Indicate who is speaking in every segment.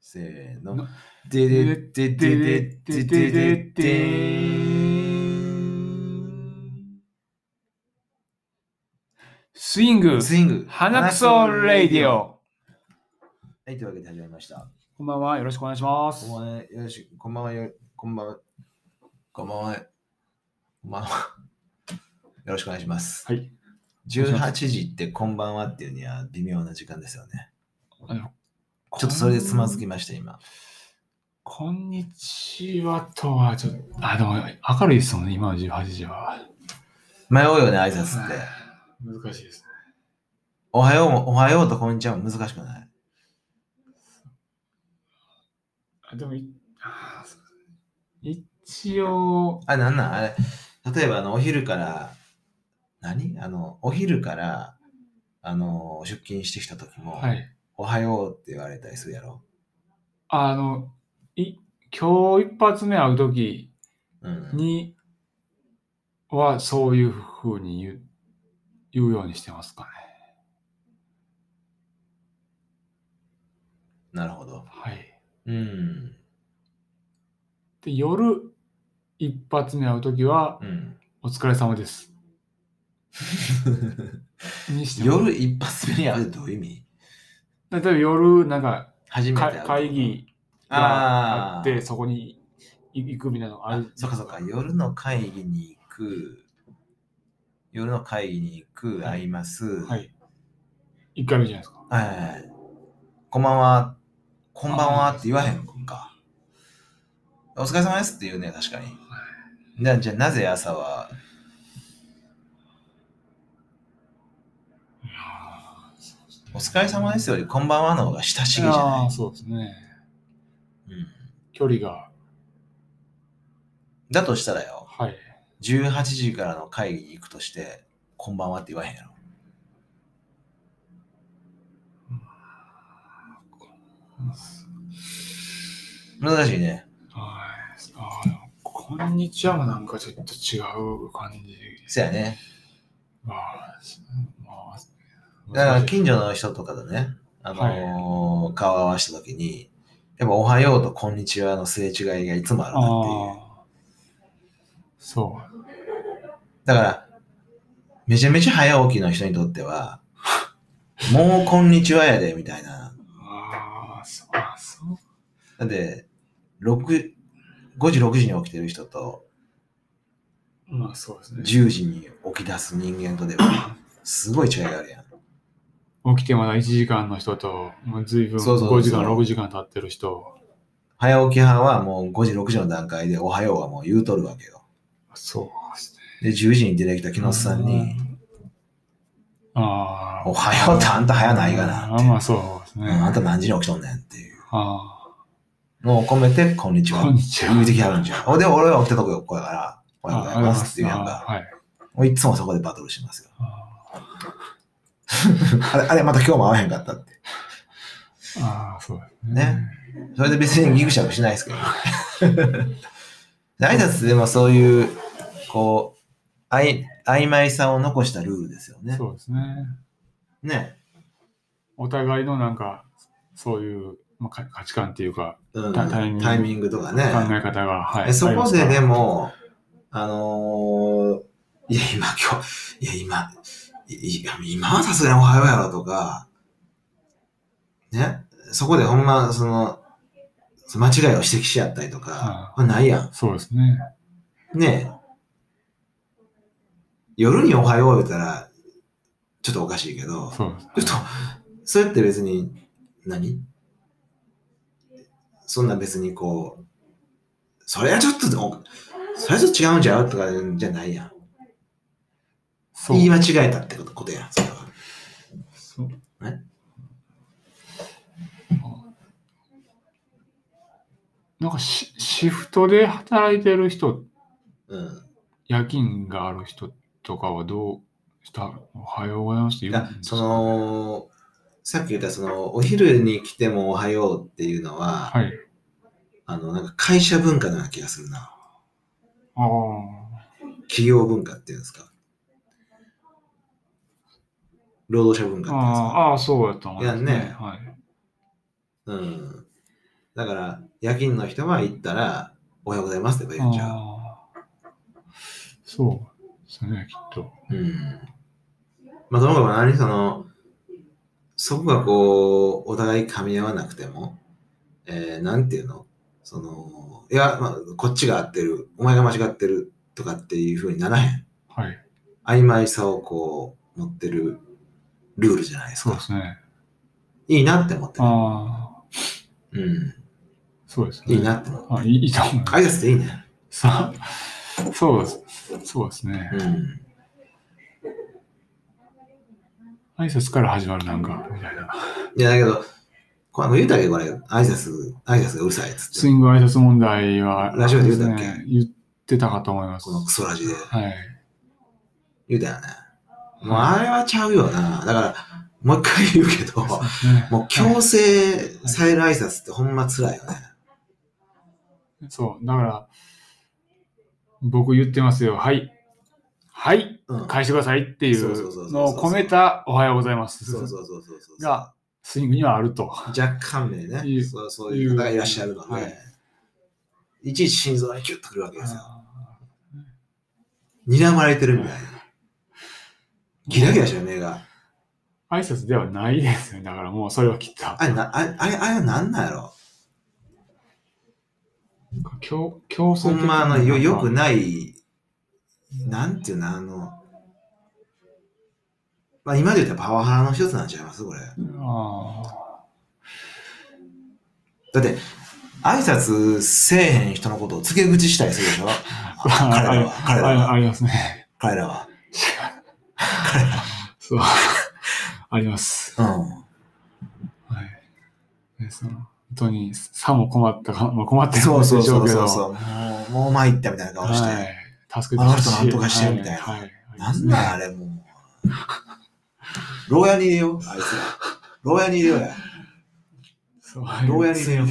Speaker 1: せーの
Speaker 2: の。
Speaker 1: で
Speaker 2: で
Speaker 1: でで
Speaker 2: で
Speaker 1: で
Speaker 2: で
Speaker 1: でで
Speaker 2: でで
Speaker 1: で
Speaker 2: で
Speaker 1: で
Speaker 2: でスイング
Speaker 1: スイング。
Speaker 2: 花くそレイディ。オ
Speaker 1: はい、というわけで始まりました。
Speaker 2: こんばんはよろしくお願いします
Speaker 1: こんばんは。よろしく。こんばんはよ。こんばんは。こんばんは。こんばんは。よろしくお願いします。
Speaker 2: はい。
Speaker 1: 18時ってこんばんはっていうには微妙な時間ですよね。
Speaker 2: あの
Speaker 1: ちょっとそれでつまずきました、今。
Speaker 2: こんにちはとはちょっとあでも明るいですもんね今の18時は
Speaker 1: 迷うよね、挨拶って。
Speaker 2: 難しいですね
Speaker 1: おはようも、おはようとこんにちはも難しくない。
Speaker 2: あでもいあーそう一応
Speaker 1: あ、なんなんあれ、例えばあの、お昼から、何あの、お昼から、あの、出勤してきた時も、
Speaker 2: はい
Speaker 1: おはようって言われたりするやろ。
Speaker 2: あの、い、今日一発目会うとき
Speaker 1: うん。
Speaker 2: には、そういうふうに言う言うようにしてますかね。
Speaker 1: なるほど。
Speaker 2: はい。
Speaker 1: うん。
Speaker 2: で、夜一発目会うときは
Speaker 1: う、 ん。
Speaker 2: お疲れ様です。にしてます。
Speaker 1: 夜一発目に会うってどういう意味
Speaker 2: 例えば夜、なんか
Speaker 1: 初めて会
Speaker 2: か
Speaker 1: うってこと
Speaker 2: 会議があ
Speaker 1: あー
Speaker 2: って、そこに行くみたいなのあ
Speaker 1: あ
Speaker 2: る。
Speaker 1: そっかそっか、夜の会議に行く、夜の会議に行く、
Speaker 2: はい
Speaker 1: 会います。
Speaker 2: は
Speaker 1: はい
Speaker 2: い。一回目じゃないですか。
Speaker 1: はいはい。こんばんは、こんばんはって言わへんか。お疲れ様ですって言うね、確かに。じゃあ、じゃあなぜ朝は、お疲れ様ですより、こんばんはの方が親しげじゃ
Speaker 2: あ
Speaker 1: な
Speaker 2: あ、
Speaker 1: い、
Speaker 2: そうですね。
Speaker 1: うん、
Speaker 2: 距離が、
Speaker 1: だとしたらよ、
Speaker 2: はい。
Speaker 1: 18時からの会議に行くとして、こんばんはって言わへんやろ。難しいね。
Speaker 2: はい。あーでもこんにちはもなんかちょっと違う感じ
Speaker 1: そやね。
Speaker 2: まあまあ、
Speaker 1: だから近所の人とかとね、あのー顔を合わした時に、やっぱおはようとこんにちはのすれ違いがいつもあるなっていう。
Speaker 2: あーそう。
Speaker 1: だから、めちゃめちゃ早起きの人にとって は、もうこんにちはやで、みたいな。
Speaker 2: ああ、そう、あそう。
Speaker 1: だって、6、5時、6時に起きてる人と、
Speaker 2: まあそうですね。
Speaker 1: 10時に起き出す人間とでは、すごい違いがあるやん。
Speaker 2: 起きてまだ1時間の人と、もう随分
Speaker 1: そうそうそう
Speaker 2: 5時間、6時間経ってる人。
Speaker 1: 早起き派はもう5時、6時の段階でおはようはもう言うとるわけよ。
Speaker 2: そうです
Speaker 1: で、
Speaker 2: ね。
Speaker 1: 10時に出てきた木下さんに、
Speaker 2: ああ。
Speaker 1: おはようってあんた早ないがな
Speaker 2: あ
Speaker 1: っ
Speaker 2: ー
Speaker 1: て。
Speaker 2: まあそうですね。
Speaker 1: うんあんた何時に起きとんねんっていう
Speaker 2: あ
Speaker 1: のを込めて、こんにち
Speaker 2: ー
Speaker 1: は
Speaker 2: こん。にちは。
Speaker 1: 言うてきはるんじゃん。で、俺は起きたとこ横やから、おはようございますっていうやん
Speaker 2: あ
Speaker 1: か。
Speaker 2: ーはい。
Speaker 1: もういつもそこでバトルしますよ。
Speaker 2: あ
Speaker 1: あれ、あれ、また今日も会わへんかったって。
Speaker 2: ーあー、そうです
Speaker 1: ねそれで別にギクシャクしないですけど。 挨拶でもそういう、こう、あい曖昧さを残したルールですよね。
Speaker 2: そうですね。
Speaker 1: ね。
Speaker 2: お互いのなんか、そういう、まあ、か価値観っていうか、
Speaker 1: うん、
Speaker 2: タタイミング
Speaker 1: タイミングとかね。
Speaker 2: 考え方が、は
Speaker 1: え
Speaker 2: い。
Speaker 1: そこでで
Speaker 2: も、
Speaker 1: も、あのーいや、今、今日、いや、今、いいや今はさすがにおはようやろとか、ね、そこでほんま、その、その間違いを指摘し合ったりとか、これないやん。
Speaker 2: そうですね。
Speaker 1: ねえ夜におはよう言うたら、ちょっとおかしいけど、
Speaker 2: そうですね。
Speaker 1: ちょっと、それって別に何、そんな別にこう、それはちょっと、おそれはちょっと違うんちゃうとかじゃないやん。
Speaker 2: そう
Speaker 1: 言い間違えたってことことやん、それは。
Speaker 2: そう
Speaker 1: ね
Speaker 2: なんかシシフトで働いてる人、
Speaker 1: うん。
Speaker 2: 夜勤がある人とかはどうしたおはようございますって
Speaker 1: い
Speaker 2: 言う
Speaker 1: や
Speaker 2: んです
Speaker 1: そ
Speaker 2: か
Speaker 1: の、さっき言ったその、お昼に来てもおはようっていうのは、
Speaker 2: はい。
Speaker 1: あの、なんか会社文化のような気がするな。
Speaker 2: ああ。
Speaker 1: 企業文化っていうんですか。労働者文化っていうんですか。
Speaker 2: あーあー、そうやった
Speaker 1: いやね
Speaker 2: はい。
Speaker 1: うん。だから、夜勤の人は行ったら、おはようございますって言えば言っちゃう。
Speaker 2: ああそうですね、きっと。
Speaker 1: うん。まあ、ともかく何その、そこがこう、お互い噛み合わなくても、えー、なんていうのその、いや、まあ、こっちが合ってる、お前が間違ってるとかっていう風にならへん。
Speaker 2: はい。
Speaker 1: 曖昧さをこう、持ってるルールじゃないです
Speaker 2: そうで
Speaker 1: か。
Speaker 2: すね。
Speaker 1: いいなって思ってる。
Speaker 2: ああ、
Speaker 1: うん。
Speaker 2: そうですね。
Speaker 1: いいなって思って
Speaker 2: あいいいいと思います。
Speaker 1: 挨拶でいいね。
Speaker 2: さそうです。そうですね。
Speaker 1: うん。
Speaker 2: 挨拶から始まるなんか、みたいな。
Speaker 1: いや、だけど、この言うたっけどこれ、挨拶、挨拶がうるさいっつ
Speaker 2: ス
Speaker 1: って。
Speaker 2: イング挨拶問題は、
Speaker 1: ラジオで言ったっけ
Speaker 2: そうですね言ってたかと思います
Speaker 1: こ。のクソラジで。
Speaker 2: はい。
Speaker 1: 言うたよね。もうあれはちゃうよな。だから、もう一回言うけど、
Speaker 2: ね
Speaker 1: もう強制される挨拶ってほんま辛いよね。
Speaker 2: そう、だから、僕言ってますよ。はい。はい。
Speaker 1: うん。
Speaker 2: 返してくださいってい
Speaker 1: そうそうそうそうそ
Speaker 2: う
Speaker 1: う
Speaker 2: のを込めたおはようございま
Speaker 1: そう
Speaker 2: す。
Speaker 1: そうそうそうそう。
Speaker 2: が、スイングにはあると。
Speaker 1: 若干名
Speaker 2: い
Speaker 1: ね。
Speaker 2: う
Speaker 1: そうそういう方がいらっしゃるので、
Speaker 2: はい
Speaker 1: い、ちいち心臓にキュッとくるわけですよ。
Speaker 2: あ
Speaker 1: 睨まれてるみたいな。ギラギラしてる目が。
Speaker 2: ー挨拶ではないですね。だからもうそれはきっと。
Speaker 1: あれな、あれ、あれ、あれはなんなんやろ
Speaker 2: 強強制
Speaker 1: ほ
Speaker 2: 的
Speaker 1: んまあの、よ、よくない、なんていうの、あの、まあ今で言うとパワハラの一つなんちゃいますこれ。
Speaker 2: あ
Speaker 1: だって、挨拶せえへん人のことを付け口したりするでしょ
Speaker 2: ーあ
Speaker 1: 彼らは、彼ら
Speaker 2: ああ
Speaker 1: は、
Speaker 2: りますね。
Speaker 1: 彼らは。
Speaker 2: そう。あります。
Speaker 1: うん。
Speaker 2: はい。でその本当に、さも困ったか、まあ、困ってるん
Speaker 1: そう
Speaker 2: でし
Speaker 1: そ
Speaker 2: ょ
Speaker 1: う
Speaker 2: うけ
Speaker 1: そ
Speaker 2: ど。
Speaker 1: うそうそう。もう、もう参ったみたいな顔して。
Speaker 2: はい、助けて
Speaker 1: あの人なんとかしてみたいな
Speaker 2: はい
Speaker 1: なんだあれもう。牢屋に入れよう、あいつら。牢屋に入れようや。
Speaker 2: そう
Speaker 1: 牢屋に入れよう。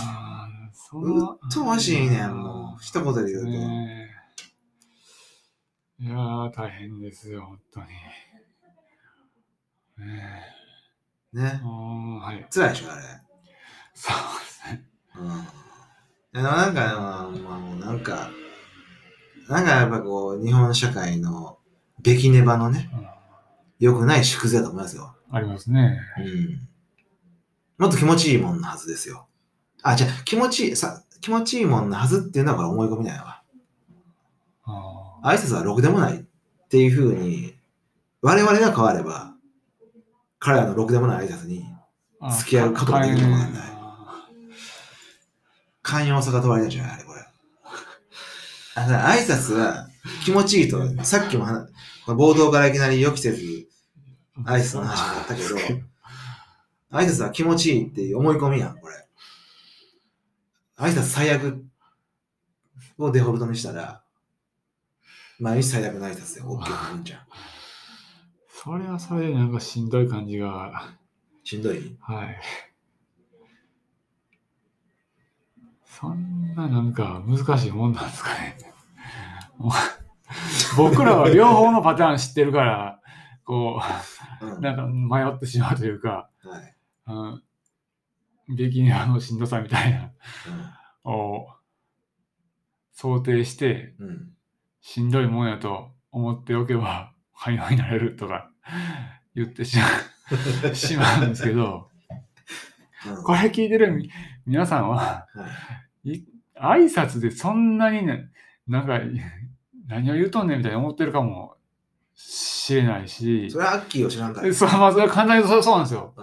Speaker 2: あーそん
Speaker 1: う
Speaker 2: な
Speaker 1: っとうしいねん、もう。一言で言うと。
Speaker 2: ねえいやー、大変ですよ、本当に。ねえ
Speaker 1: ね
Speaker 2: あ。ーはい。
Speaker 1: 辛いでしょ、あれ。
Speaker 2: そうですね。
Speaker 1: うん。でもなんか、まあもうなんか、なんかやっぱこう、日本社会のべきねばのね、
Speaker 2: うん
Speaker 1: 良くない縮図だと思いますよ。
Speaker 2: ありますね。
Speaker 1: うん。もっと気持ちいいもんのはずですよ。あ、じゃあ気持ちいい、さ、気持ちいいもんのはずっていうのはこれ思い込みなんやわ。
Speaker 2: あ
Speaker 1: 挨拶はろくでもないっていうふうに、我々が変われば、彼らのろくでもない挨拶に
Speaker 2: ー
Speaker 1: 付き合うことができるかもわかんない
Speaker 2: あ
Speaker 1: 寛容さが問われたんじゃないあれ、これ。あだから挨拶は気持ちいいと、さっきも話、この冒頭からいきなり予期せず
Speaker 2: ー
Speaker 1: 挨拶の話になったけど、挨拶は気持ちいいっていう思い込みやん、これ。挨拶最悪をデフォルトにしたら、毎日最悪の挨拶で OK になるんじゃん。
Speaker 2: それはそれでなんかしんどい感じが。
Speaker 1: しんどい
Speaker 2: はい。そんななんか難しいもんなんですかね。 もう僕らは両方のパターン知ってるから、こ
Speaker 1: うん。
Speaker 2: う、
Speaker 1: は
Speaker 2: なんか迷ってしまうというか、
Speaker 1: い。
Speaker 2: うん、ビギナーのしんどさみたいなのを想定して、
Speaker 1: うん。うん。
Speaker 2: しんどいもんやと思っておけば、寛容になれるとか言ってしまうしまうんですけど、
Speaker 1: うん
Speaker 2: これ聞いてるみ皆さんは、
Speaker 1: はい
Speaker 2: 挨拶でそんなにね、なんか、何を言うとんねんみたいに思ってるかもしれないし、
Speaker 1: そ
Speaker 2: そ
Speaker 1: れはアッキーを知らんから。う
Speaker 2: うまあ、それは簡単にそうそうなんですよ。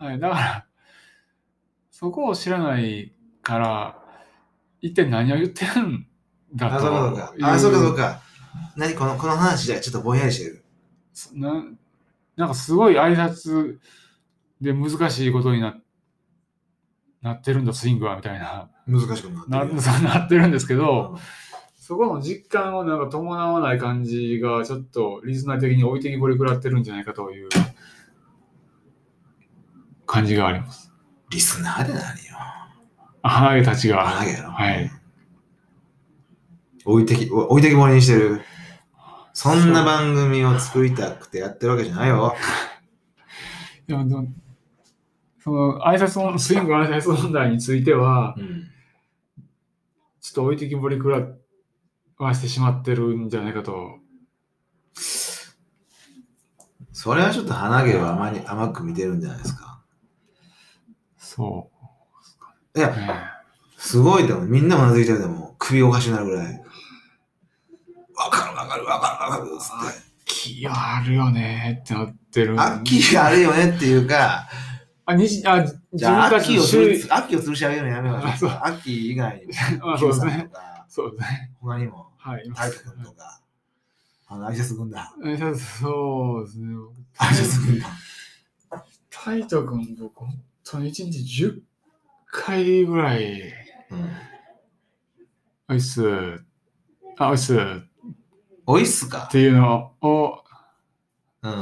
Speaker 1: ん。
Speaker 2: はい、だから、そこを知らないから、一体何を言ってるんだと
Speaker 1: あ、そうかそうか。
Speaker 2: いう
Speaker 1: あ、そうかそうか。何この、この話でちょっとぼんやりしてる。
Speaker 2: そななんかすごい挨拶で難しいことにななってるんだ、スイングは、みたいな。
Speaker 1: 難しくな
Speaker 2: な
Speaker 1: ってるよ。
Speaker 2: そうなってるんですけど、
Speaker 1: うん
Speaker 2: そこの実感をなんか伴わない感じが、ちょっとリスナー的に置いてきぼり食らってるんじゃないかという感じがあります。
Speaker 1: リスナーで何よ。
Speaker 2: あ鼻毛たち
Speaker 1: あ、
Speaker 2: が。
Speaker 1: やろ。
Speaker 2: はい。
Speaker 1: 置いてき、お置いてきぼりにしてる。そんな番組を作りたくてやってるわけじゃないよ。
Speaker 2: でもでもその挨拶問スイング挨拶問題については、
Speaker 1: うん。
Speaker 2: ちょっと置いてきぼりくらわしてしまってるんじゃないかと。
Speaker 1: それはちょっと鼻毛を甘に甘く見てるんじゃないですか。
Speaker 2: そ
Speaker 1: いや
Speaker 2: う、ね。
Speaker 1: すごいでも、みんなうなずいてるでも、首おかしになるぐらい。わかるわかるわかるわかるっつって。
Speaker 2: 気あるよねってなってる。
Speaker 1: 秋があるよねっていうか、
Speaker 2: あ、にじあ
Speaker 1: じ
Speaker 2: 自
Speaker 1: ゃあ
Speaker 2: 分たち
Speaker 1: 秋を
Speaker 2: の
Speaker 1: つる
Speaker 2: 周囲
Speaker 1: し、秋を吊るし上げるのやめま
Speaker 2: あ
Speaker 1: し
Speaker 2: そ
Speaker 1: ょ
Speaker 2: う
Speaker 1: う。秋以外にも、
Speaker 2: あそう
Speaker 1: Q
Speaker 2: です
Speaker 1: さん
Speaker 2: ね。
Speaker 1: とか、
Speaker 2: そうですね。
Speaker 1: 他にも、
Speaker 2: はい。
Speaker 1: タイト君とか、あの、アイシャス軍団。
Speaker 2: えそうそうですね。僕
Speaker 1: アイシャス軍団。
Speaker 2: タイト君、僕、本当に1日10回ぐらい、
Speaker 1: うん。
Speaker 2: おいっす、あ、おいっすっ
Speaker 1: おいっすか
Speaker 2: ていうのを、
Speaker 1: うん。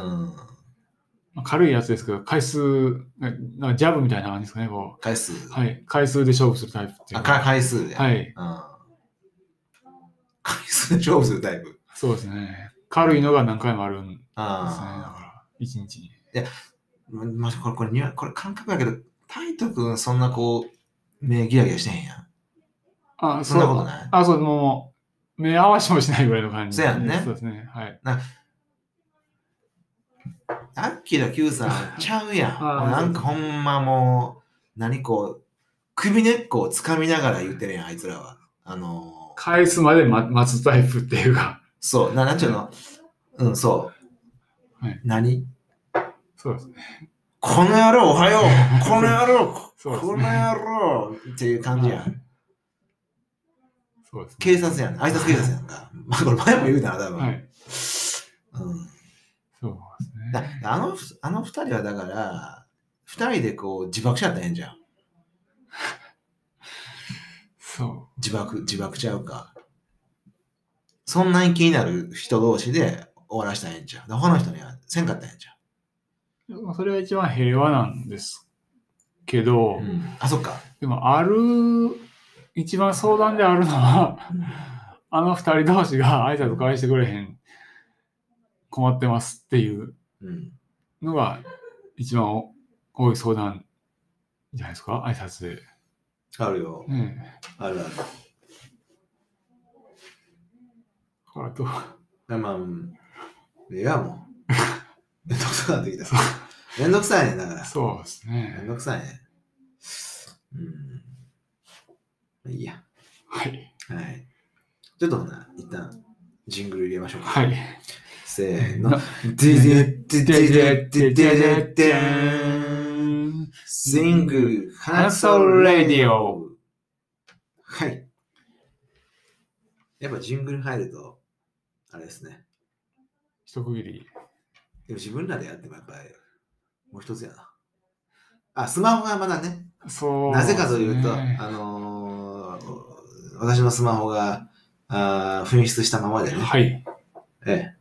Speaker 2: まあ軽いやつですけど、回数、ななんかジャブみたいな感じですかね、こ
Speaker 1: 回数。
Speaker 2: う。はい。回数で勝負するタイプっていう
Speaker 1: あ、
Speaker 2: か。
Speaker 1: か回数で。。
Speaker 2: はいい。
Speaker 1: うん。回数で勝負するタイプ。
Speaker 2: そうですね。軽いのが何回もあるんですね。だ
Speaker 1: ああ。
Speaker 2: から、1日に。
Speaker 1: ま、まじこれ、これ、にわこれ感覚やけど、タイト君そんなこう、目ギラギラしてへんやん。
Speaker 2: あ、
Speaker 1: そんなことない
Speaker 2: あ、そう、もう、目合わせもしないぐらいの感じ。
Speaker 1: そうやんね
Speaker 2: そうですね。はい。
Speaker 1: アッキーの Q さ んちゃうやん。
Speaker 2: あー
Speaker 1: もうなんかほんまもう、何こう、首根っこをつかみながら言ってるやん、あいつらは。あのー、
Speaker 2: 返すまでま待つタイプっていうか。
Speaker 1: そう、ななんちゅうの、うん、そう。
Speaker 2: はい
Speaker 1: 何
Speaker 2: そうですね。
Speaker 1: この野郎、おはよ うこの野郎、
Speaker 2: そうですね
Speaker 1: この野郎っていう感じやん。
Speaker 2: そうですね。
Speaker 1: 警察やん。挨拶警察やんか。まあ、これ前も言うたな、多分。
Speaker 2: はい。
Speaker 1: うん
Speaker 2: そうです
Speaker 1: だ
Speaker 2: ね。
Speaker 1: あの、あの二人はだから、二人でこう自爆しちゃったらええんじゃん。
Speaker 2: そ
Speaker 1: 自爆、自爆ちゃうか。そんなに気になる人同士で終わらしたらええんじゃん。で他の人にはせんかったらええんじ
Speaker 2: う。まあそれが一番平和なんですけど、
Speaker 1: ゃん。うん。あ、そっか。
Speaker 2: でも、ある、一番相談であるのは、あの二人同士が挨拶返してくれへん、困ってますっていう
Speaker 1: うん。
Speaker 2: のが、一番お多い相談じゃないですか、挨拶で。
Speaker 1: あるよ。
Speaker 2: ねえ
Speaker 1: あるある。
Speaker 2: これどう
Speaker 1: でまあ、うんいやもう。めんどくさくなってきた。めんどくさいねんだから。
Speaker 2: そうです
Speaker 1: めん
Speaker 2: ね。
Speaker 1: どくさいね。うん。いいや。
Speaker 2: はい。
Speaker 1: はい。ちょっとほな、一旦、ジングル入れましょうか。
Speaker 2: はい。
Speaker 1: せーの
Speaker 2: な。
Speaker 1: でででででででででん。
Speaker 2: ん。
Speaker 1: シング、ハン
Speaker 2: 発
Speaker 1: ソ
Speaker 2: 想
Speaker 1: ル
Speaker 2: レ
Speaker 1: レデ
Speaker 2: デ
Speaker 1: ィ
Speaker 2: ィ
Speaker 1: オ
Speaker 2: オ。
Speaker 1: はい。やっぱジングル入ると、あれですね。
Speaker 2: 一区切り。
Speaker 1: でも自分らでやってもやっぱり、もう一つやな。あ、スマホがまだね。
Speaker 2: そう、
Speaker 1: なぜかというと、
Speaker 2: ね
Speaker 1: あのー、私のスマホが、あー紛失したままでね。
Speaker 2: はい。
Speaker 1: ええ。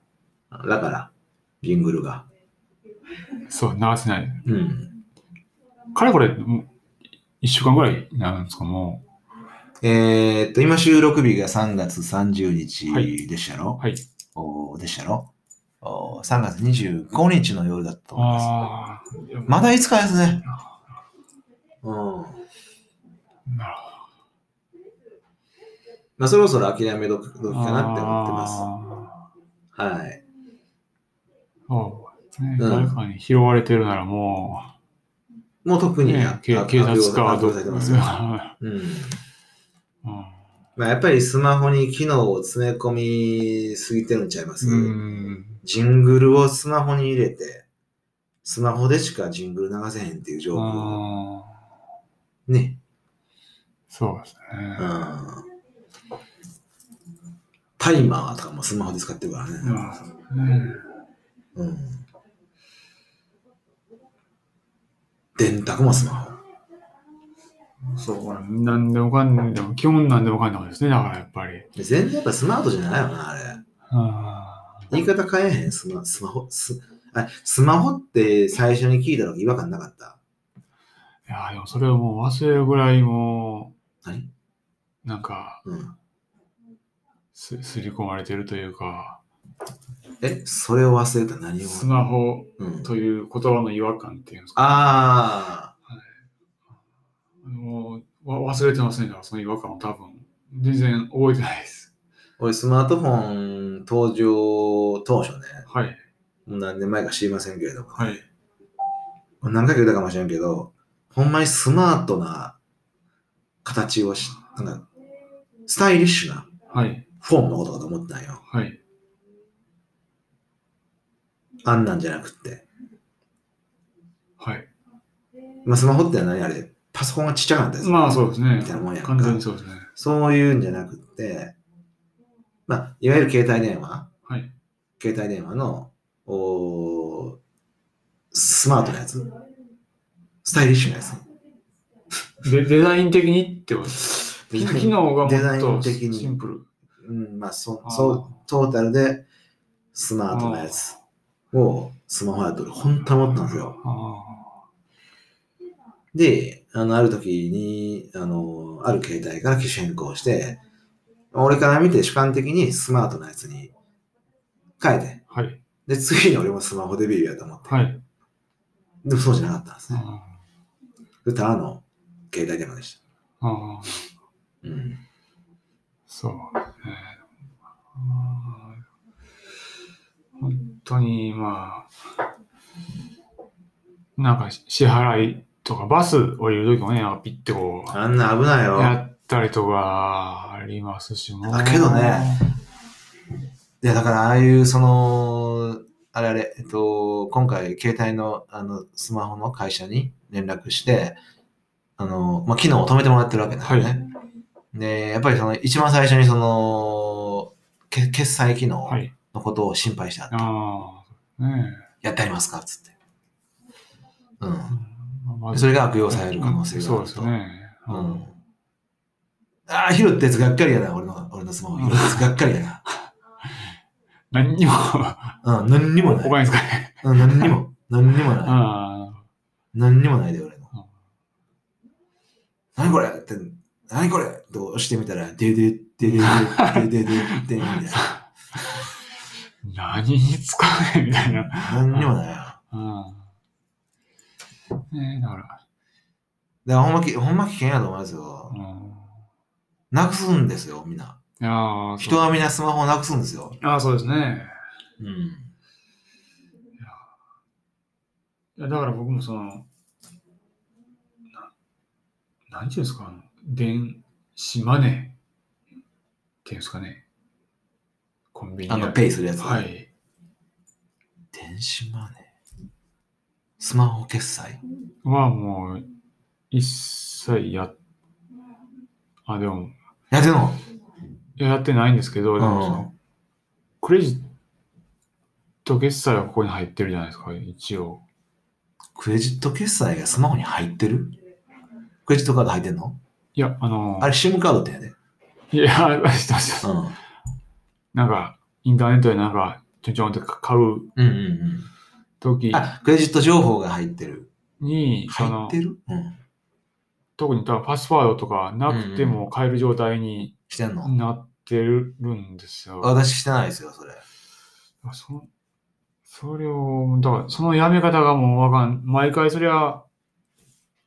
Speaker 1: だから、ジングルが。
Speaker 2: そう、流せない。
Speaker 1: うん。
Speaker 2: かれこれ、もう一週間ぐらいになるんですか、も
Speaker 1: えーっと、今収録日が3月30日でしたろ、
Speaker 2: はい
Speaker 1: おーでしたろおー ?3 月25日の夜だったと
Speaker 2: う。
Speaker 1: 思いま
Speaker 2: ああ。
Speaker 1: す。まだ5日ですね。うん。
Speaker 2: なる
Speaker 1: まあ、そろそろ諦め時か
Speaker 2: ほど。
Speaker 1: なって思ってます。
Speaker 2: あ
Speaker 1: はい。
Speaker 2: ーそうですね。
Speaker 1: うん
Speaker 2: 誰かに拾われてるならも
Speaker 1: もう特
Speaker 2: う、
Speaker 1: に、
Speaker 2: ね
Speaker 1: あ
Speaker 2: け警察かは
Speaker 1: 悪用
Speaker 2: ど
Speaker 1: され
Speaker 2: う
Speaker 1: て
Speaker 2: か。
Speaker 1: ますよ。うん。
Speaker 2: う
Speaker 1: まあ、やっぱりスマホに機能を詰め込みすぎてるんちゃいます、
Speaker 2: ん。
Speaker 1: ジングルをスマホに入れて、スマホでしかジングル流せへんっていう状
Speaker 2: う
Speaker 1: 況。
Speaker 2: ん。うん
Speaker 1: ね。
Speaker 2: そうですね。
Speaker 1: うんタイマーとかもスマホで使ってるからね。
Speaker 2: うん
Speaker 1: うん。電卓もスマホ。
Speaker 2: そうかな。なんでもかんでも、基本なんでもかんでもですね。だからやっぱり。
Speaker 1: 全然やっぱスマートじゃないよな、あれ。
Speaker 2: あ
Speaker 1: 言い方変えへん、スマスマホ。スあスマホって最初に聞いた時違和感なかった。
Speaker 2: ーいやー、でもそれをもう忘れるぐらいも
Speaker 1: 何
Speaker 2: う、なんか、
Speaker 1: うん。
Speaker 2: す、すり込まれてるというか、
Speaker 1: え、それを忘れた何を
Speaker 2: スマホ
Speaker 1: うん。
Speaker 2: という言葉の違和感っていうんですか。
Speaker 1: ああ。
Speaker 2: もうわ忘れてますね、だからその違和感を多分。全然覚えてないです。
Speaker 1: 俺、スマートフォン登場当初ね、
Speaker 2: はい。
Speaker 1: もう何年前か知りませんけれども、
Speaker 2: はい。
Speaker 1: 何回か言ったかもしれんけど、ほんまにスマートな形をし、なんか、スタイリッシュな
Speaker 2: はい。
Speaker 1: フォームのことかと思ってたんよ。
Speaker 2: はい。
Speaker 1: あんなんじゃなくって。
Speaker 2: はい。
Speaker 1: まあ、スマホって何あれ、パソコンがちっちゃかったです
Speaker 2: まあそうですね
Speaker 1: みたいなもんや。んか
Speaker 2: 完。全にそうですね。
Speaker 1: そういうんじゃなくって、まあ、いわゆる携帯電話、
Speaker 2: はい。
Speaker 1: 携帯電話の、おースマートなやつ。スタイリッシュなやつ。
Speaker 2: でデザイン的にってことです機機能がも
Speaker 1: デザ
Speaker 2: っ
Speaker 1: イン
Speaker 2: と
Speaker 1: 的に
Speaker 2: シンプル。
Speaker 1: うん、まあ、そ
Speaker 2: あー
Speaker 1: そう、トータルでスマートなやつをスマホやと、本当に思ったんですよ。
Speaker 2: あ
Speaker 1: で、あの、ある時に、あの、ある携帯から機種変更して、俺から見て主観的にスマートなやつに変えて、
Speaker 2: あ。はい。
Speaker 1: で、次に俺もスマホデビューやと思って。
Speaker 2: はい。
Speaker 1: でもそうじゃなかったんですね。
Speaker 2: あ
Speaker 1: でただの携帯電話でした。
Speaker 2: ーあ
Speaker 1: う
Speaker 2: ー。
Speaker 1: ん。
Speaker 2: そうですね。あー本当に、まあ、なんかし支払いとか、バス降りるときもね、なんかピッてこう、
Speaker 1: あんな危ない
Speaker 2: や
Speaker 1: よ。
Speaker 2: ったりとかありますし、もう
Speaker 1: だけどね。いや、だからああいう、その、あれあれ、えっと、今回、携帯の、あの、スマホの会社に連絡して、あの、まあ、機能を止めてもらってるわけだよね。で、やっぱりその、一番最初にその、け決済機能
Speaker 2: はい。
Speaker 1: のことを心配した。
Speaker 2: ああ、ね
Speaker 1: やってありますかつって。うん
Speaker 2: え。。まあ
Speaker 1: それが悪用される可能性があると
Speaker 2: そうですね。
Speaker 1: うんああ、拾ったやつがっかりやな、俺の、俺のスマホ拾ったやつがっかりや
Speaker 2: 何にも、
Speaker 1: な。うん、何にもない。
Speaker 2: 他にですかね。
Speaker 1: うん、何にも、何にもない。
Speaker 2: あ
Speaker 1: 何にもないで、俺の
Speaker 2: うん。
Speaker 1: 何これって、何これって押してみたら、でででででででででみたいな。
Speaker 2: ー何に使うねみたいな。
Speaker 1: 何にもないよ。だか
Speaker 2: うん。ねえ、だから、
Speaker 1: らほんまき、ほんま危険やと思いますよ
Speaker 2: う。ん。
Speaker 1: なくすんですよ、みんな。
Speaker 2: いやー
Speaker 1: 人はみんなスマホをなくすんですよ。
Speaker 2: ああ、そうですね。
Speaker 1: うん。
Speaker 2: いやだから僕もその、ななんていうんですか、あの電子マネーっていうんですかね。コンビニ
Speaker 1: あの、ペイするやつ。
Speaker 2: はい。
Speaker 1: 電子マネー。スマホ決済。
Speaker 2: はもう、一切やっ、あ、でも、
Speaker 1: いや、でも、
Speaker 2: いややってないんですけど、でもその
Speaker 1: うん
Speaker 2: クレジット決済はここに入ってるじゃないですか、一応。
Speaker 1: クレジット決済がスマホに入ってるクレジットカード入ってんの
Speaker 2: いや、あの、
Speaker 1: あれ、SIM カードってやで。
Speaker 2: いや、知ってます。
Speaker 1: うん。うん
Speaker 2: なんか、インターネットでなんか、ちょんちょんって買う
Speaker 1: うんうん。
Speaker 2: 時
Speaker 1: あ、クレジット情報が入ってる。
Speaker 2: に、そ
Speaker 1: 入っ
Speaker 2: の
Speaker 1: てるうん。
Speaker 2: 特に多分パスワードとかなくても買える状態に
Speaker 1: してんの、
Speaker 2: なってるんですよ。
Speaker 1: 私してないですよ、それ。
Speaker 2: そそれを、だからそのやめ方がもうわかん、毎回そりゃ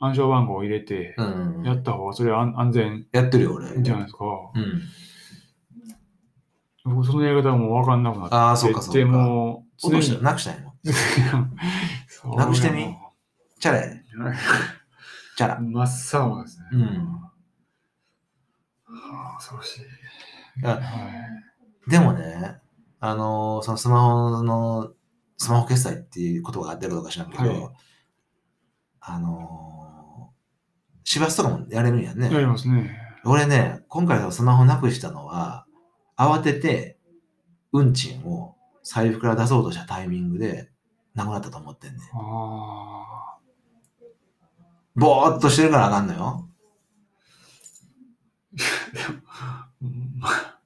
Speaker 2: 暗証番号を入れて
Speaker 1: うんうんうん。
Speaker 2: や
Speaker 1: や
Speaker 2: った方がそれは安安全
Speaker 1: ってるよ、俺。
Speaker 2: じゃないですか。
Speaker 1: うん。
Speaker 2: 僕そのやり方がもうわかんなくなって。
Speaker 1: ああ、そうか、そう
Speaker 2: で
Speaker 1: か。
Speaker 2: もう
Speaker 1: 落
Speaker 2: 常
Speaker 1: と
Speaker 2: に
Speaker 1: したなくしたんやもん。
Speaker 2: そう
Speaker 1: なくしてみチャラやで。チャラ。
Speaker 2: 真っ青ですね。
Speaker 1: うん。
Speaker 2: はあ、恐ろしい。
Speaker 1: あ
Speaker 2: はい、
Speaker 1: でもね、あのーそのスマホの、スマホ決済っていう言葉があってるかどうか知らんけど、
Speaker 2: はい
Speaker 1: あのー、市バスとかもやれるんやんね。
Speaker 2: やりますね。
Speaker 1: 俺ね、今回のスマホなくしたのは、慌てて、運賃を財布から出そうとしたタイミングで、なくなったと思ってんね。
Speaker 2: あ
Speaker 1: ぼーっとしてるからあかんのよ。
Speaker 2: あ。うんまあ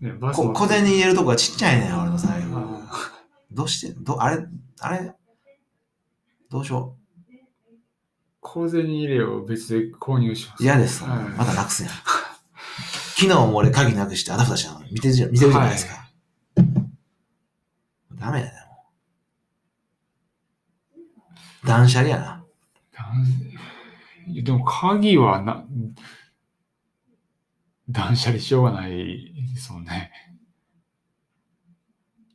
Speaker 2: ね、バス
Speaker 1: こ
Speaker 2: の
Speaker 1: 小銭入れるとこがちっちゃいねん、俺の財布。
Speaker 2: あ
Speaker 1: どうしてど、あれ、あれ、どうしよ
Speaker 2: 小銭入れを別で購入しま
Speaker 1: う。
Speaker 2: す。
Speaker 1: 嫌です。
Speaker 2: はい
Speaker 1: またなくすやん。昨日も俺鍵なくしてあたふたしたの見てるじゃん見てるじゃないですか。ダメやねもう断捨離やな。
Speaker 2: なんいやでも鍵はな、断捨離しようがないですもんね。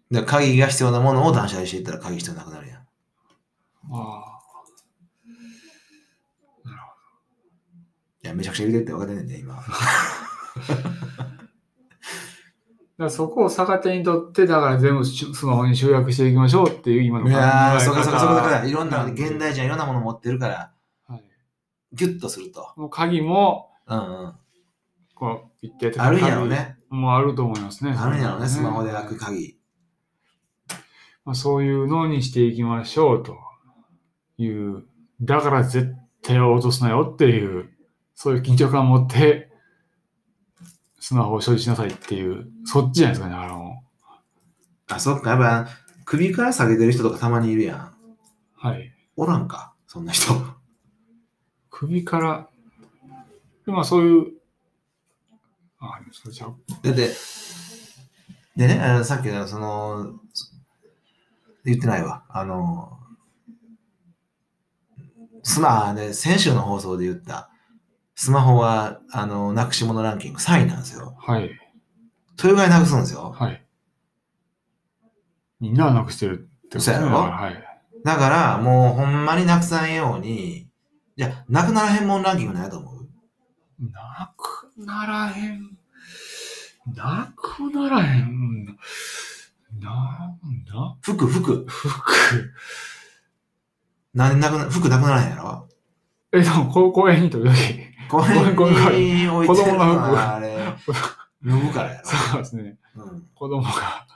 Speaker 1: で鍵が必要なものを断捨離していったら鍵必要なくなるやん。
Speaker 2: あ
Speaker 1: いや、めちゃくちゃ入れてって分かってんねんで、 今。
Speaker 2: あ。そこを逆手にとって、だから全部しスマホに集約していきましょうっていう今の
Speaker 1: い
Speaker 2: 考え
Speaker 1: や
Speaker 2: 方
Speaker 1: ー、そうかそうかそうかそうか。いろんな、
Speaker 2: う
Speaker 1: 現代人はいろんなもの持ってるから、
Speaker 2: はい、
Speaker 1: ギュッとすると。
Speaker 2: もう鍵も、
Speaker 1: うんうん。
Speaker 2: こう、ピッてやって
Speaker 1: あるんやろね。
Speaker 2: 鍵もうあると思いますね。
Speaker 1: あるんやろね、スマホで開く鍵。
Speaker 2: まあ、そういうのにしていきましょうという、だから絶対落とすなよっていう、そういう緊張感を持って、スマホを所持しなさいっていう、そっちじゃないですかね、あの、
Speaker 1: あ、そっか、やっぱ、首から下げてる人とかたまにいるやん。
Speaker 2: はい。
Speaker 1: おらんか、そんな人。
Speaker 2: 首から、でまあそういう、あ、でもそれじゃあ
Speaker 1: で、で、でね、あのさっきの、その、そ言ってないわ。あの、スマ、で、先週の放送で言った、スマホは、あの、なくし物ランキング3位なんですよ。
Speaker 2: はい、
Speaker 1: というぐらいなくすんですよ。
Speaker 2: はい。みんなはなくしてるってことですね。
Speaker 1: そうやろ
Speaker 2: はい。
Speaker 1: だから、もう、ほんまになくさんように、じゃなくならへんもんランキングないと思う
Speaker 2: なくならへん。なくならへん。な、な、
Speaker 1: 服、服。
Speaker 2: 服。
Speaker 1: なんでなくな、服なくならへんやろ
Speaker 2: え、でも、こ公園に時々。
Speaker 1: これ
Speaker 2: ごめんご
Speaker 1: に置いてる
Speaker 2: 子供の服
Speaker 1: な、あれ。脱ぐからやろ。
Speaker 2: そうですね。
Speaker 1: うん。
Speaker 2: 子供が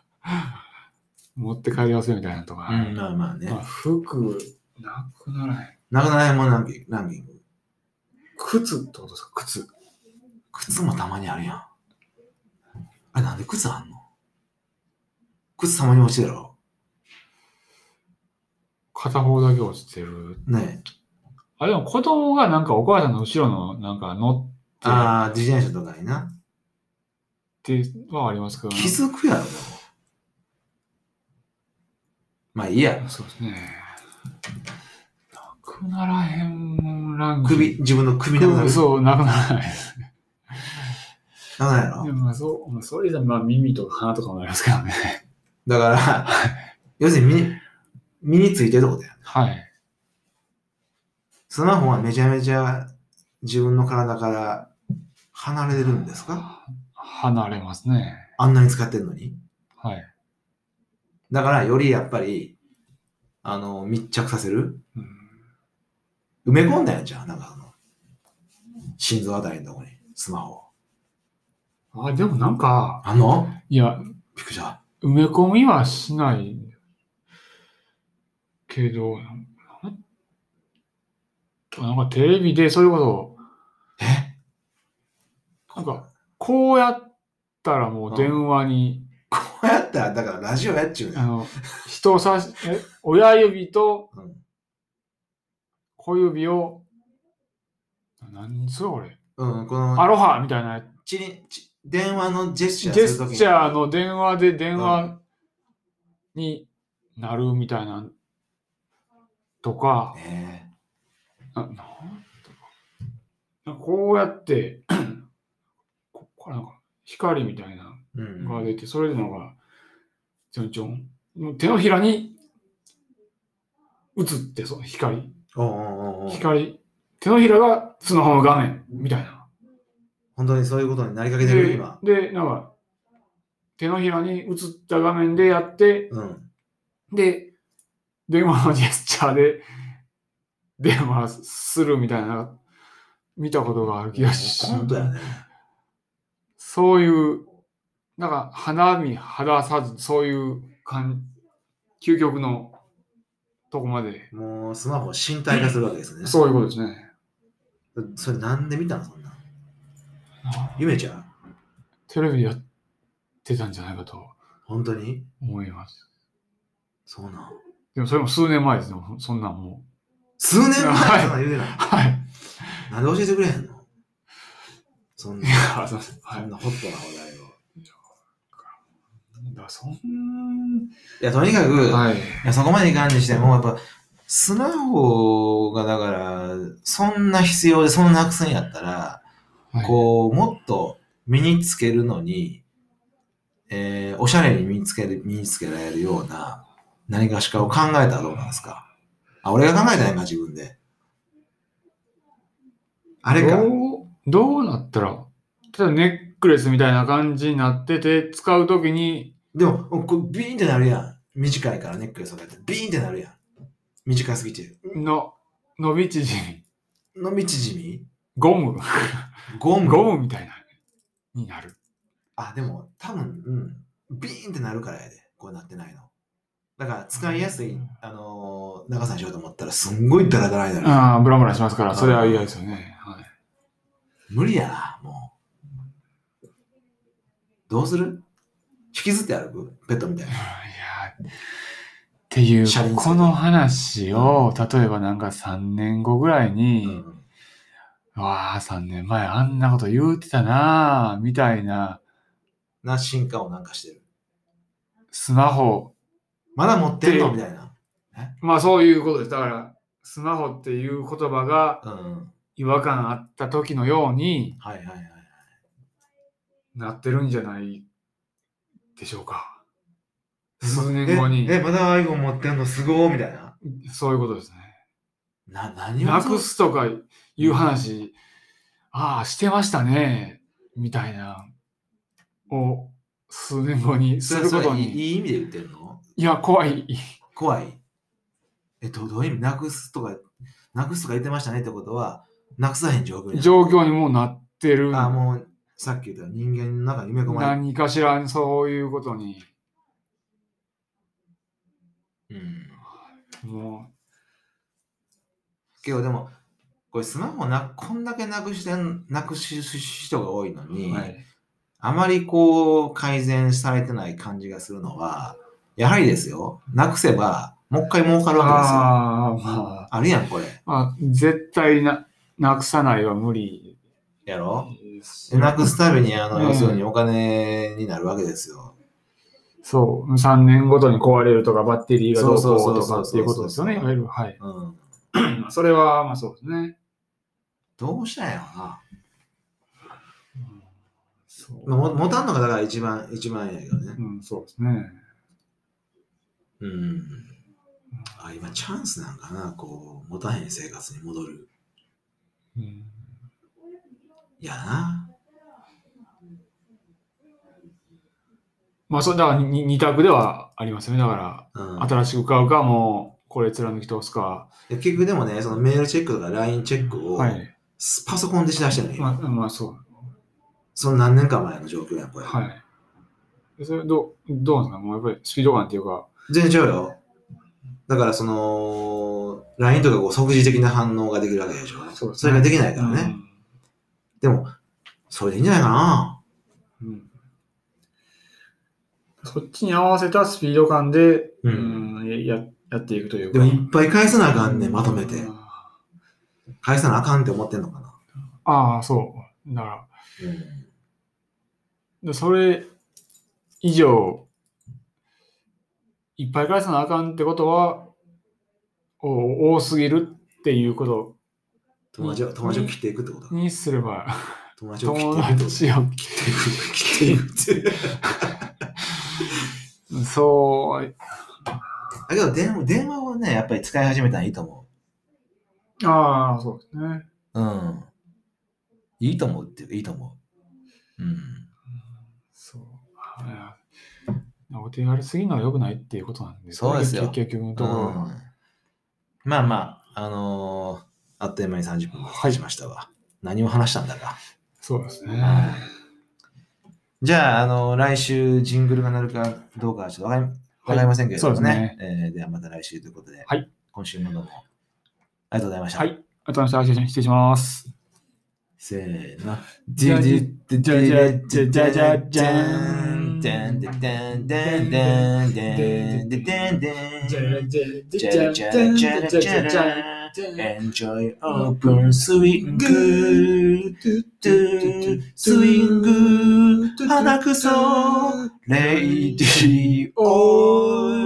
Speaker 2: 持って帰りますよみたいなとか。
Speaker 1: うん、まあまあね
Speaker 2: まあ、。服、なくならへん。
Speaker 1: なくならへんもんランキング。ランキング
Speaker 2: 靴ってことですか靴。
Speaker 1: 靴もたまにあるやん。あれなんで靴あんの靴たまに落ちるやろ。
Speaker 2: 片方だけ落ちてる。
Speaker 1: ねえ。
Speaker 2: あ、でも子供がなんかお母さんの後ろのなんか乗ってっ
Speaker 1: ああ、自転車とかにな。
Speaker 2: てはありますけど、
Speaker 1: 気づくやろ、でもまあいいや。
Speaker 2: そうですね。なくならへんもんランキング。
Speaker 1: 首、自分の首なくなる。
Speaker 2: そう、なくならないです。
Speaker 1: なくなるやろ
Speaker 2: で。もまあそう、まあ、それじゃまあ耳とか鼻とかもありますけどね。
Speaker 1: だから、 要するに身に、身についてるってことや。
Speaker 2: はい。
Speaker 1: スマホはめちゃめちゃ自分の体から離れてるんですか
Speaker 2: 離れますね。
Speaker 1: あんなに使ってるのに。
Speaker 2: はい。
Speaker 1: だから、よりやっぱり、あの、密着させる
Speaker 2: う
Speaker 1: 埋
Speaker 2: ん、
Speaker 1: め込んだやんじゃん。なんかあの、心臓あたりのとこに、スマホを。
Speaker 2: あ、でもなんか、
Speaker 1: あんの
Speaker 2: いや、
Speaker 1: びっくりした。
Speaker 2: 埋め込みはしないけど、なんなんかテレビでそれこ
Speaker 1: え
Speaker 2: そ、なんか、こうやったらもう電話に、
Speaker 1: こうやったら、だからラジオやっちゅうね
Speaker 2: あ
Speaker 1: ん。
Speaker 2: の、人をさし、え、親指と
Speaker 1: うん
Speaker 2: 小指を、何それこれ。
Speaker 1: うん、こ
Speaker 2: ア
Speaker 1: の、
Speaker 2: ロハみたいなや
Speaker 1: ちりち電話のジェスチ
Speaker 2: つ。
Speaker 1: ャー
Speaker 2: ジェ
Speaker 1: するとき
Speaker 2: ス
Speaker 1: に。
Speaker 2: チャーの電話で電話になるみたいな、とか、
Speaker 1: ね
Speaker 2: ななんとかなんかこうやって、 ここれなんか光みたいな
Speaker 1: えう
Speaker 2: のが
Speaker 1: ん。
Speaker 2: 出て、それでなんか、ちょんちょん、もう手のひらに映って、その光。
Speaker 1: おうおうおうおう
Speaker 2: 光、手のひらがスマホの画面みたいな。
Speaker 1: 本当にそういうことになりかけてる
Speaker 2: で
Speaker 1: 今。、
Speaker 2: でなんか、手のひらに映った画面でやって、
Speaker 1: うん。
Speaker 2: で、電話のジェスチャーで電話するみたいな、見たことがある気がし
Speaker 1: 本当やね。
Speaker 2: そういう、なんか、花見、肌さず、そういう感じ、究極のとこまで、
Speaker 1: もう、スマホを身体化するわけですね。
Speaker 2: そういうことですね。
Speaker 1: それなんで見たのそんなん。夢ちゃん
Speaker 2: テレビでやってたんじゃないかと
Speaker 1: 本当に
Speaker 2: 思います。
Speaker 1: そうなん。
Speaker 2: でもそれも数年前ですね、ほんそんなんもう。
Speaker 1: 数年前
Speaker 2: はい
Speaker 1: そんなん言うてない。
Speaker 2: はい。
Speaker 1: なんで教えてくれへんのそんな、
Speaker 2: あそうですは
Speaker 1: そ
Speaker 2: い。
Speaker 1: んなホットな話題を。
Speaker 2: だからそん
Speaker 1: いや、とにかく、
Speaker 2: は
Speaker 1: い
Speaker 2: い。
Speaker 1: やそこまでいかんにしても、やっぱ、スマホがだから、そんな必要でそんななくすんやったら、
Speaker 2: はい
Speaker 1: こう、もっと身につけるのに、えー、おしゃれに身につける、身につけられるような何かしかを考えたらどうなんですかあ、俺が考えたんやんか、自分で。あれか。
Speaker 2: どう、どうなったら、ただネックレスみたいな感じになってて、使うときに、
Speaker 1: でも、こうビーンってなるやん。短いからネックレスをやって、ビーンってなるやん。短すぎて。
Speaker 2: の、伸び縮み、
Speaker 1: 伸び縮み
Speaker 2: ゴム、
Speaker 1: ゴム
Speaker 2: ゴムみたいな、になる。
Speaker 1: あ、でも、多分、うん。ビーンってなるからやで。こうなってないの。だから、使いやすい、あのー長さにしようと思ったら、すんごいダラダラになる。
Speaker 2: ああ、ブラブラしますから、それは嫌ですよね。はい。
Speaker 1: 無理やな、もう。どうする引きずって歩くペットみたいな。
Speaker 2: いや、っていう
Speaker 1: 車輪つけ、て
Speaker 2: この話を、例えばなんか3年後ぐらいうに、
Speaker 1: ん、
Speaker 2: わあ、3年前あんなこと言うてたなあみたいな、
Speaker 1: な、進化をなんかしてる。
Speaker 2: スマホ、
Speaker 1: まだ持ってんのみたいな。
Speaker 2: まあそういうことです。だから、スマホっていう言葉が
Speaker 1: うん。
Speaker 2: 違和感あった時のように
Speaker 1: はいはいはい。
Speaker 2: なってるんじゃないでしょうか。
Speaker 1: え
Speaker 2: 数年後に
Speaker 1: え、えまだ iPhone 持ってんのすごーみたいな。
Speaker 2: そういうことですね。
Speaker 1: な、何を
Speaker 2: なくすとかいう話、ああ、してましたね、みたいな、を数年後にす
Speaker 1: そ
Speaker 2: る
Speaker 1: れそ
Speaker 2: こ
Speaker 1: れ
Speaker 2: と
Speaker 1: い
Speaker 2: に、
Speaker 1: いいい意味で言ってるの
Speaker 2: いや、怖い。
Speaker 1: 怖い。えっと、どういう意味なくすとか、なくすとか言ってましたねってことは、なくさへん状況になる
Speaker 2: 状況にもうなってる。
Speaker 1: あ、もう、さっき言った人間の中に埋め込まれてる
Speaker 2: 何かしらそういうことに、
Speaker 1: うん。
Speaker 2: も
Speaker 1: けどでも、これスマホな、こんだけなくしてん、なくし人が多いの
Speaker 2: う、
Speaker 1: に、
Speaker 2: はい
Speaker 1: あまりこう改善されてない感じがするのは、やはりですよ、なくせば、もう一回儲かるわけですよ。あ
Speaker 2: ああ、まあ。
Speaker 1: るやん、これ。
Speaker 2: まあ、絶対な、なくさないは無理
Speaker 1: やろ
Speaker 2: です
Speaker 1: でなくすために、あの、
Speaker 2: うん
Speaker 1: 要するにお金になるわけですよ。
Speaker 2: そう。3年ごとに壊れるとか、バッテリーがどうこうとかっていうことですよね。い
Speaker 1: そうそうそうそう
Speaker 2: わゆる、はい。
Speaker 1: うん。
Speaker 2: まあそれは、まあそうですね。
Speaker 1: どうしたんやろな。
Speaker 2: そう
Speaker 1: まあも持たんのがだから一番、一番やけどね。
Speaker 2: うん、そうですね。
Speaker 1: うん。あ、今チャンスなんかな、こう、持たへん生活に戻る。
Speaker 2: うん
Speaker 1: やな。
Speaker 2: まあ、それだからに二択ではありますよね。だか
Speaker 1: うん
Speaker 2: ら、。新しく買うか、もう、これ貫き通すか。
Speaker 1: で結局でもね、そのメールチェックとか LINE チェックを、
Speaker 2: はい。
Speaker 1: すパソコンでしだしてるのよ、
Speaker 2: まあ、まあ、そう。
Speaker 1: その何年か前の状況やん、これ。
Speaker 2: はい。でそれ、どう、どうなんですかもうやっぱりスピード感っていうか、
Speaker 1: 全然違うよ。だからその、LINE とかこう即時的な反応ができるわけでしょ。
Speaker 2: そうですね
Speaker 1: れができないからね。でも、それでいいんじゃないかな。
Speaker 2: うんそっちに合わせたスピード感で、
Speaker 1: う
Speaker 2: うんややっていくという
Speaker 1: でも
Speaker 2: か。
Speaker 1: いっぱい返さなあかんねん、まとめて。
Speaker 2: あ
Speaker 1: 返さなあかんって思ってんのかな。
Speaker 2: あ、そう。だから
Speaker 1: うん。
Speaker 2: で、それ以上、いっぱい返さなあかんってことは、お多すぎるっていうこ
Speaker 1: 友達を、友達を切っていくってこと
Speaker 2: と
Speaker 1: か。
Speaker 2: にすれば、
Speaker 1: 友達を切って
Speaker 2: 友
Speaker 1: いくってこと切
Speaker 2: 達を、
Speaker 1: っていく。切っていくって。
Speaker 2: そう、
Speaker 1: だけど電話、電話をね、やっぱり使い始めたらいいと思
Speaker 2: ああ、そうですね。
Speaker 1: う。うん。いいと思うっていうか、いいと思う。うん。
Speaker 2: そう。ああお手軽すぎるのは良くないっていうことなんですね
Speaker 1: そうですよ
Speaker 2: 結局のところは。
Speaker 1: うんまあまあ、あのーあっという間に30分が経ちましたわ。何を話したんだか。
Speaker 2: そうですね。
Speaker 1: じゃあ、あのー来週ジングルが鳴るかどうかはちょっとわかりわかりませんけれどもね。
Speaker 2: はいそう
Speaker 1: えーではまた来週ということで、
Speaker 2: はい
Speaker 1: 今週もどうもありがとうございました。
Speaker 2: はい。ありがとうございました。失礼します。
Speaker 1: せーの。
Speaker 2: じゃじじゃじゃじゃじゃじゃじゃん
Speaker 1: じゃんじゃんじゃんじゃんじゃんじゃんじゃんじゃんじゃんじゃんじゃんじゃんじゃんじゃんじゃん Enjoy open swing, do swing, 花くそ radio.